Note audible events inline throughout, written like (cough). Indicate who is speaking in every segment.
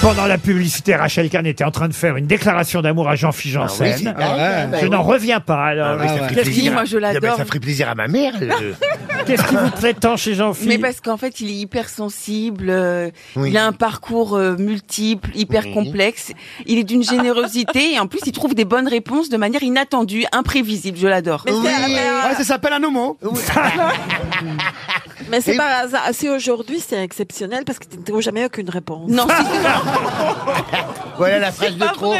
Speaker 1: Pendant la publicité, Rachel Kahn était en train de faire une déclaration d'amour à Jean-Philippe Janssen.
Speaker 2: c'est dingue, Ah bah
Speaker 1: je
Speaker 2: oui.
Speaker 1: n'en reviens pas.
Speaker 2: Ah
Speaker 1: Alors,
Speaker 2: oui, ça ferait
Speaker 1: qu'est-ce qui,
Speaker 2: plaisir.
Speaker 3: moi, je
Speaker 2: Ah ben,
Speaker 3: l'adore.
Speaker 2: Ça ferait plaisir à ma mère. le-
Speaker 1: qu'est-ce qui vous plaît tant chez Jean-Philippe
Speaker 3: Mais parce qu'en fait, il est hypersensible, euh,
Speaker 2: Oui.
Speaker 3: il a un parcours euh, multiple, hyper
Speaker 2: Oui.
Speaker 3: complexe, il est d'une générosité et en plus, il trouve des bonnes réponses de manière inattendue, imprévisible, je l'adore.
Speaker 4: Mais c'est-
Speaker 2: Oui.
Speaker 4: mais-
Speaker 5: Ouais, ça s'appelle un homo. (laughs)
Speaker 4: Mais c'est
Speaker 2: Et-
Speaker 4: par hasard. ah, Si aujourd'hui c'est exceptionnel parce que tu ne trouves jamais aucune réponse.
Speaker 3: Non, si,
Speaker 2: Voilà la phrase de trop.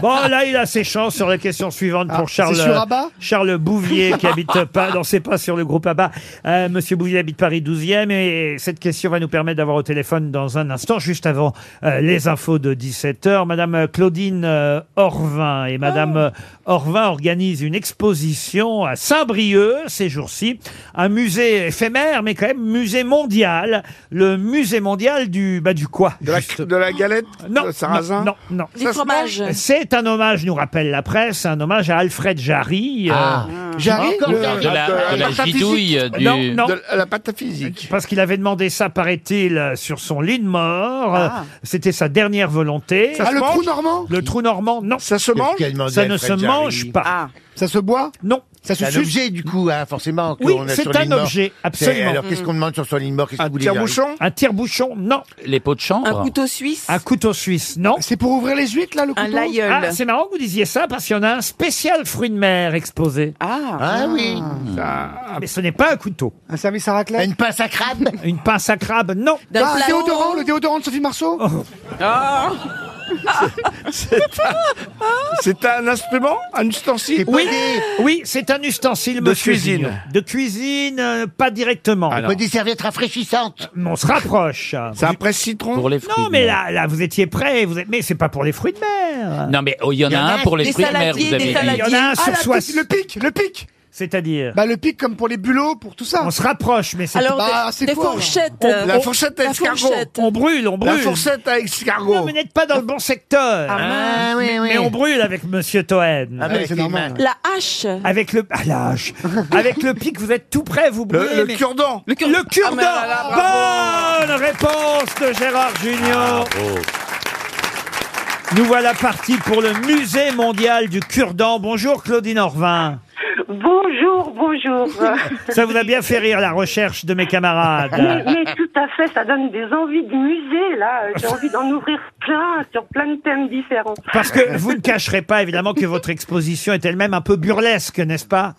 Speaker 1: Bon, là, il a ses chances sur la question suivante
Speaker 5: Ah,
Speaker 1: pour Charles,
Speaker 5: c'est sur Abba
Speaker 1: Charles Bouvier qui habite
Speaker 5: (laughs)
Speaker 1: pas, non, c'est pas sur le groupe Abba. Euh, Monsieur Bouvier habite Paris 12e et cette question va nous permettre d'avoir au téléphone dans un instant, juste avant euh, les infos de 17h. Madame Claudine euh, Orvin et Madame euh, Orvin organise une exposition à Saint-Brieuc ces jours-ci. Un musée éphémère, mais quand même musée mondial. Le musée mondial du, bah, du quoi?
Speaker 6: De la,
Speaker 1: juste
Speaker 6: de la galette
Speaker 1: Ah, non,
Speaker 6: de sarrasin
Speaker 1: non, non, non.
Speaker 4: Du
Speaker 6: Ça se
Speaker 4: fromage.
Speaker 1: (laughs) C'est un hommage, nous rappelle la presse, un hommage à Alfred Jarry. euh,
Speaker 6: Ah.
Speaker 5: J'arrive.
Speaker 2: Encore
Speaker 5: le-
Speaker 7: de la, de la
Speaker 2: Pâte à
Speaker 7: gidouille euh, du...
Speaker 1: non, non.
Speaker 6: De la pâte à physique.
Speaker 1: Parce qu'il avait demandé ça, paraît-il, euh, sur son lit de mort. Euh, C'était sa dernière volonté.
Speaker 5: Ah, le trou normand
Speaker 1: Le trou normand, non.
Speaker 6: Ça se mange
Speaker 1: Ça ne se mange pas.
Speaker 3: Ah,
Speaker 5: Ça se boit
Speaker 1: Non.
Speaker 5: Ça se
Speaker 2: C'est un
Speaker 5: suce
Speaker 2: objet, du coup, hein, forcément.
Speaker 1: Oui,
Speaker 2: qu'on a
Speaker 1: c'est
Speaker 2: sur
Speaker 1: un
Speaker 2: l'île Mort.
Speaker 1: objet,
Speaker 2: C'est-
Speaker 1: absolument.
Speaker 2: Alors, qu'est-ce qu'on demande sur son île mort Qu'est-ce que
Speaker 6: Un
Speaker 2: vous voulez dire
Speaker 6: tire-bouchon
Speaker 1: Un tire-bouchon, non.
Speaker 7: Les pots de
Speaker 3: un
Speaker 7: chambre.
Speaker 3: couteau suisse,
Speaker 1: Un couteau suisse, non.
Speaker 5: C'est pour ouvrir les huîtres, là, le
Speaker 3: un
Speaker 5: couteau
Speaker 3: laïeul.
Speaker 1: Ah, c'est marrant que vous disiez ça parce qu'il y en a un spécial fruit de mer exposé.
Speaker 3: Ah,
Speaker 2: Ah oui
Speaker 6: Ah.
Speaker 1: Mais ce n'est pas un couteau.
Speaker 5: Un service à raclette
Speaker 2: Une pince à crabe
Speaker 1: Une pince à crabe, non.
Speaker 3: d'un
Speaker 5: Ah, le
Speaker 3: flamand.
Speaker 5: déodorant, le déodorant de Sophie Marceau
Speaker 1: Oh.
Speaker 6: C'est un instrument Un ustensile
Speaker 1: Oui, oui, c'est un ustensile
Speaker 6: De
Speaker 1: monsieur
Speaker 6: cuisine.
Speaker 1: Vignon. De cuisine, euh, pas directement.
Speaker 6: Ah, non.
Speaker 2: Des serviettes rafraîchissantes
Speaker 1: Mais on se rapproche.
Speaker 6: C'est un presse-citron
Speaker 7: Pour les fruits.
Speaker 1: Non,
Speaker 7: de
Speaker 1: mais
Speaker 7: mer.
Speaker 1: là, là, vous étiez prêts. Vous êtes... Mais c'est pas pour les fruits de mer.
Speaker 7: Non, mais oh, il y en a un pour les
Speaker 3: des
Speaker 7: fruits de mer,
Speaker 3: saladiers,
Speaker 7: vous
Speaker 3: des
Speaker 7: avez dit.
Speaker 1: Il y en a un
Speaker 5: Ah,
Speaker 1: sur soi.
Speaker 5: la pique, le pic, le pic
Speaker 1: C'est-à-dire,
Speaker 5: Bah, le pic comme pour les bulots, pour tout ça.
Speaker 1: on se rapproche, mais c'est
Speaker 4: Alors
Speaker 5: Bah,
Speaker 4: des-
Speaker 5: c'est
Speaker 4: des
Speaker 5: quoi, Oh,
Speaker 4: fourchettes.
Speaker 1: alors
Speaker 4: euh,
Speaker 6: La fourchette à
Speaker 4: la
Speaker 6: escargot
Speaker 4: fourchette.
Speaker 1: on brûle, on brûle.
Speaker 6: La fourchette à
Speaker 1: Non,
Speaker 6: escargot
Speaker 1: mais n'êtes pas dans le bon secteur. Hein
Speaker 2: Ah oui, oui
Speaker 1: Mais on brûle avec Monsieur Toen.
Speaker 2: Ah,
Speaker 5: Ouais,
Speaker 2: ben,
Speaker 5: c'est
Speaker 2: c'est
Speaker 5: normal.
Speaker 2: normal.
Speaker 4: La hache.
Speaker 1: Avec le à l'âge. avec le pic, vous êtes tout prêt, vous brûlez.
Speaker 6: Le, le
Speaker 1: mais-
Speaker 6: cure-dent
Speaker 1: Le cure-dent. Bonne réponse de Gérard Junior. Nous voilà partis pour le musée mondial du cure-dent. Bonjour Claudine Orvin.
Speaker 8: Bonjour,
Speaker 1: (laughs)
Speaker 8: bonjour.
Speaker 1: Ça vous a bien fait rire la recherche de mes camarades.
Speaker 8: (laughs) mais, mais tout à fait, ça donne des envies de musée, là. J'ai envie d'en ouvrir plein sur plein de thèmes différents.
Speaker 1: Parce que vous ne cacherez pas évidemment que votre exposition est elle-même un peu burlesque, n'est-ce pas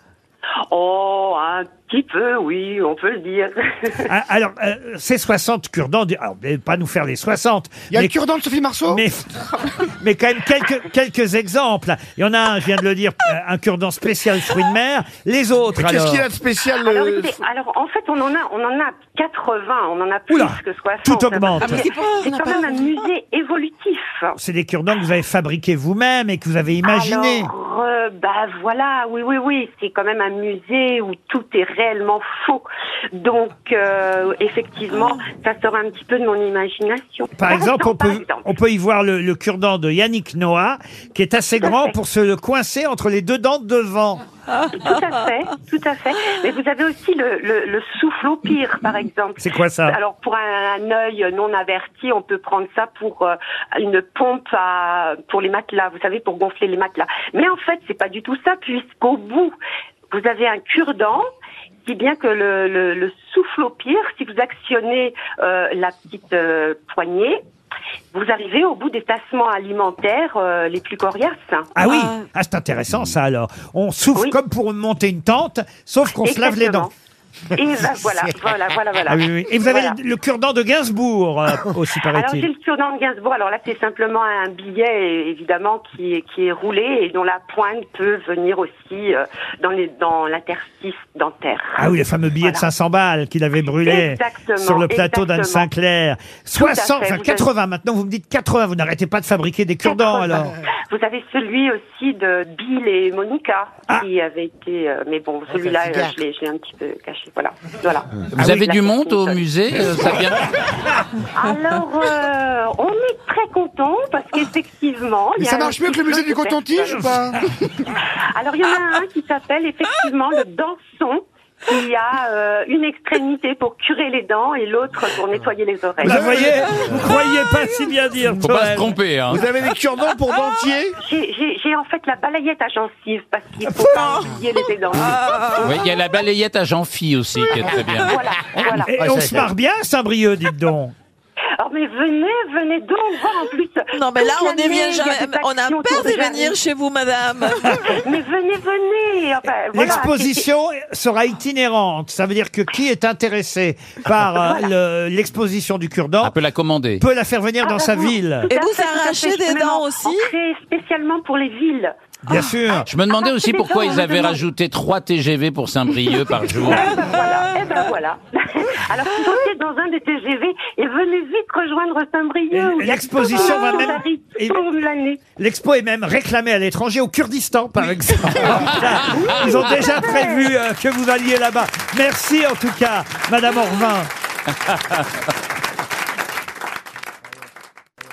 Speaker 8: Oh, un petit peu, oui, on peut le dire.
Speaker 1: (laughs) Ah, Alors, euh, ces 60 cure-dents, du- alors, vous n'allez pas nous faire les 60.
Speaker 5: Il y a
Speaker 1: mais-
Speaker 5: le cure-dent de Sophie Marceau
Speaker 1: Mais, (laughs) mais quand même quelques, quelques exemples. Il y en a un, je viens de le dire, euh, un cure-dent spécial fruits de mer. Les autres,
Speaker 6: Qu'est-ce
Speaker 1: alors.
Speaker 6: qu'il y a de spécial
Speaker 8: Alors,
Speaker 6: euh,
Speaker 8: écoutez, alors, en fait, on en a, on en a 80, on en a plus
Speaker 1: Oula,
Speaker 8: que 60.
Speaker 1: tout augmente.
Speaker 8: Ah,
Speaker 1: Ah, mais
Speaker 8: mais
Speaker 4: c'est pour ça qu'on
Speaker 8: C'est
Speaker 4: n'a
Speaker 8: quand
Speaker 4: pas
Speaker 8: même un musée évolutif.
Speaker 1: C'est des cure-dents que vous avez fabriqués vous-même et que vous avez imaginés.
Speaker 8: Alors, euh, bah voilà, oui, oui, oui, c'est quand même un musée où tout est réellement faux. Donc, euh, effectivement, ça sort un petit peu de mon imagination.
Speaker 1: Par exemple, on
Speaker 8: par
Speaker 1: peut, on peut y voir le, le cure-dent de Yannick Noah, qui est assez grand pour se le coincer entre les deux dents de devant.
Speaker 8: Tout à fait, tout à fait. Mais vous avez aussi le, le, le souffle au pire, par exemple.
Speaker 1: C'est quoi ça
Speaker 8: Alors, pour un, un œil non averti, on peut prendre ça pour euh, une pompe à, pour les matelas, vous savez, pour gonfler les matelas. Mais en fait, c'est pas du tout ça, puisqu'au bout, vous avez un cure-dent, si bien que le, le, le souffle au pire, si vous actionnez euh, la petite euh, poignée, vous arrivez au bout des tassements alimentaires euh, les plus coriaces.
Speaker 1: Ah oui,
Speaker 4: Ah.
Speaker 1: ah, c'est intéressant ça alors. On souffle
Speaker 8: euh, Oui.
Speaker 1: comme pour monter une tente, sauf qu'on se lave les dents.
Speaker 8: Exactement. Et ben
Speaker 1: (laughs)
Speaker 8: voilà, voilà, voilà, voilà.
Speaker 1: Ah oui, oui. Et vous avez
Speaker 8: Voilà.
Speaker 1: le, le cure-dent de Gainsbourg
Speaker 8: (laughs)
Speaker 1: euh, aussi,
Speaker 8: Alors j'ai
Speaker 1: paraît-il.
Speaker 8: le surnom de Gainsbourg. Alors là, c'est simplement un billet évidemment qui est, qui est roulé et dont la pointe peut venir aussi euh, dans les dans l'interstice dentaire.
Speaker 1: Ah oui, le fameux billet de
Speaker 8: Voilà.
Speaker 1: 500 balles qu'il avait brûlé
Speaker 8: Exactement,
Speaker 1: sur le plateau d'Anne
Speaker 8: exactement.
Speaker 1: Sinclair.
Speaker 8: à
Speaker 1: 60,
Speaker 8: fait,
Speaker 1: enfin
Speaker 8: vous
Speaker 1: 80 maintenant, vous me dites 80, vous n'arrêtez pas de fabriquer des cure-dents alors.
Speaker 8: Vous avez celui aussi de Bill et Monica
Speaker 1: Ah.
Speaker 8: qui avait été, euh, mais bon, celui-là, euh, je l'ai je l'ai un petit peu caché. Voilà, voilà.
Speaker 5: Ah.
Speaker 8: Ah
Speaker 7: Vous avez du monde au musée euh, ça vient...
Speaker 8: Alors, euh, on est très content parce
Speaker 1: Ah.
Speaker 8: qu'effectivement, il
Speaker 5: Mais
Speaker 8: y a
Speaker 5: ça
Speaker 8: un
Speaker 5: marche mieux que le
Speaker 8: petit
Speaker 5: musée
Speaker 8: peu
Speaker 5: du
Speaker 8: de
Speaker 5: coton-tige
Speaker 8: personnes.
Speaker 5: ou pas
Speaker 4: Ah.
Speaker 8: Alors, il y en a un qui s'appelle effectivement le Danson, il y a euh, une extrémité pour curer les dents et l'autre pour nettoyer les oreilles.
Speaker 1: Vous voyez, vous croyez pas si bien dire.
Speaker 7: Faut pas
Speaker 1: Joël.
Speaker 7: se tromper, hein.
Speaker 6: Vous avez des cure-dents pour dentier
Speaker 8: J'ai- J'ai j'ai en fait la balayette à gencives parce qu'il faut pas oublier les aidants.
Speaker 7: Oui, il y a la balayette à Jean-Phi aussi qui est très bien.
Speaker 8: Voilà, voilà.
Speaker 1: Et
Speaker 2: Ah,
Speaker 1: on
Speaker 2: ça,
Speaker 1: se
Speaker 2: ça.
Speaker 1: marre bien, à Saint-Brieuc, dites donc.
Speaker 8: Alors mais venez, venez donc voir en plus.
Speaker 4: Non, mais là,
Speaker 8: toute
Speaker 4: on est
Speaker 8: l'année,
Speaker 4: bien
Speaker 8: il y a
Speaker 4: jamais-
Speaker 8: des actions
Speaker 4: On a peur
Speaker 8: autour des
Speaker 4: de venir
Speaker 8: jardins.
Speaker 4: chez vous, madame.
Speaker 8: Mais venez, venez. Enfin, voilà,
Speaker 1: L'exposition sera itinérante. Ça veut dire que qui est intéressé par euh, le- l'exposition du
Speaker 7: On
Speaker 1: cure-dent
Speaker 7: peut la commander.
Speaker 1: peut la faire venir
Speaker 8: Ah,
Speaker 1: dans sa
Speaker 8: vraiment.
Speaker 1: ville.
Speaker 8: Tout
Speaker 4: Et
Speaker 8: à
Speaker 4: vous
Speaker 8: fait, tout à
Speaker 4: arrachez
Speaker 8: fait.
Speaker 4: des
Speaker 8: Je peux
Speaker 4: dents
Speaker 8: même
Speaker 4: aussi
Speaker 8: en créer spécialement pour les villes.
Speaker 1: Bien sûr.
Speaker 7: Je me demandais aussi pourquoi ils avaient rajouté 3 TGV pour Saint-Brieuc par jour.
Speaker 8: Eh ben voilà, eh ben voilà. (laughs) Alors sautez dans un des TGV et venez vite rejoindre Saint-Brieuc. où il y a
Speaker 1: L'exposition
Speaker 8: tout
Speaker 1: va
Speaker 8: le
Speaker 1: même-
Speaker 8: monde arrive
Speaker 1: et-
Speaker 8: toute l'année.
Speaker 1: L'expo est même réclamée à l'étranger, au Kurdistan par exemple. Ils ont déjà prévu euh, que vous alliez là-bas. Merci en tout cas, Madame Orvin.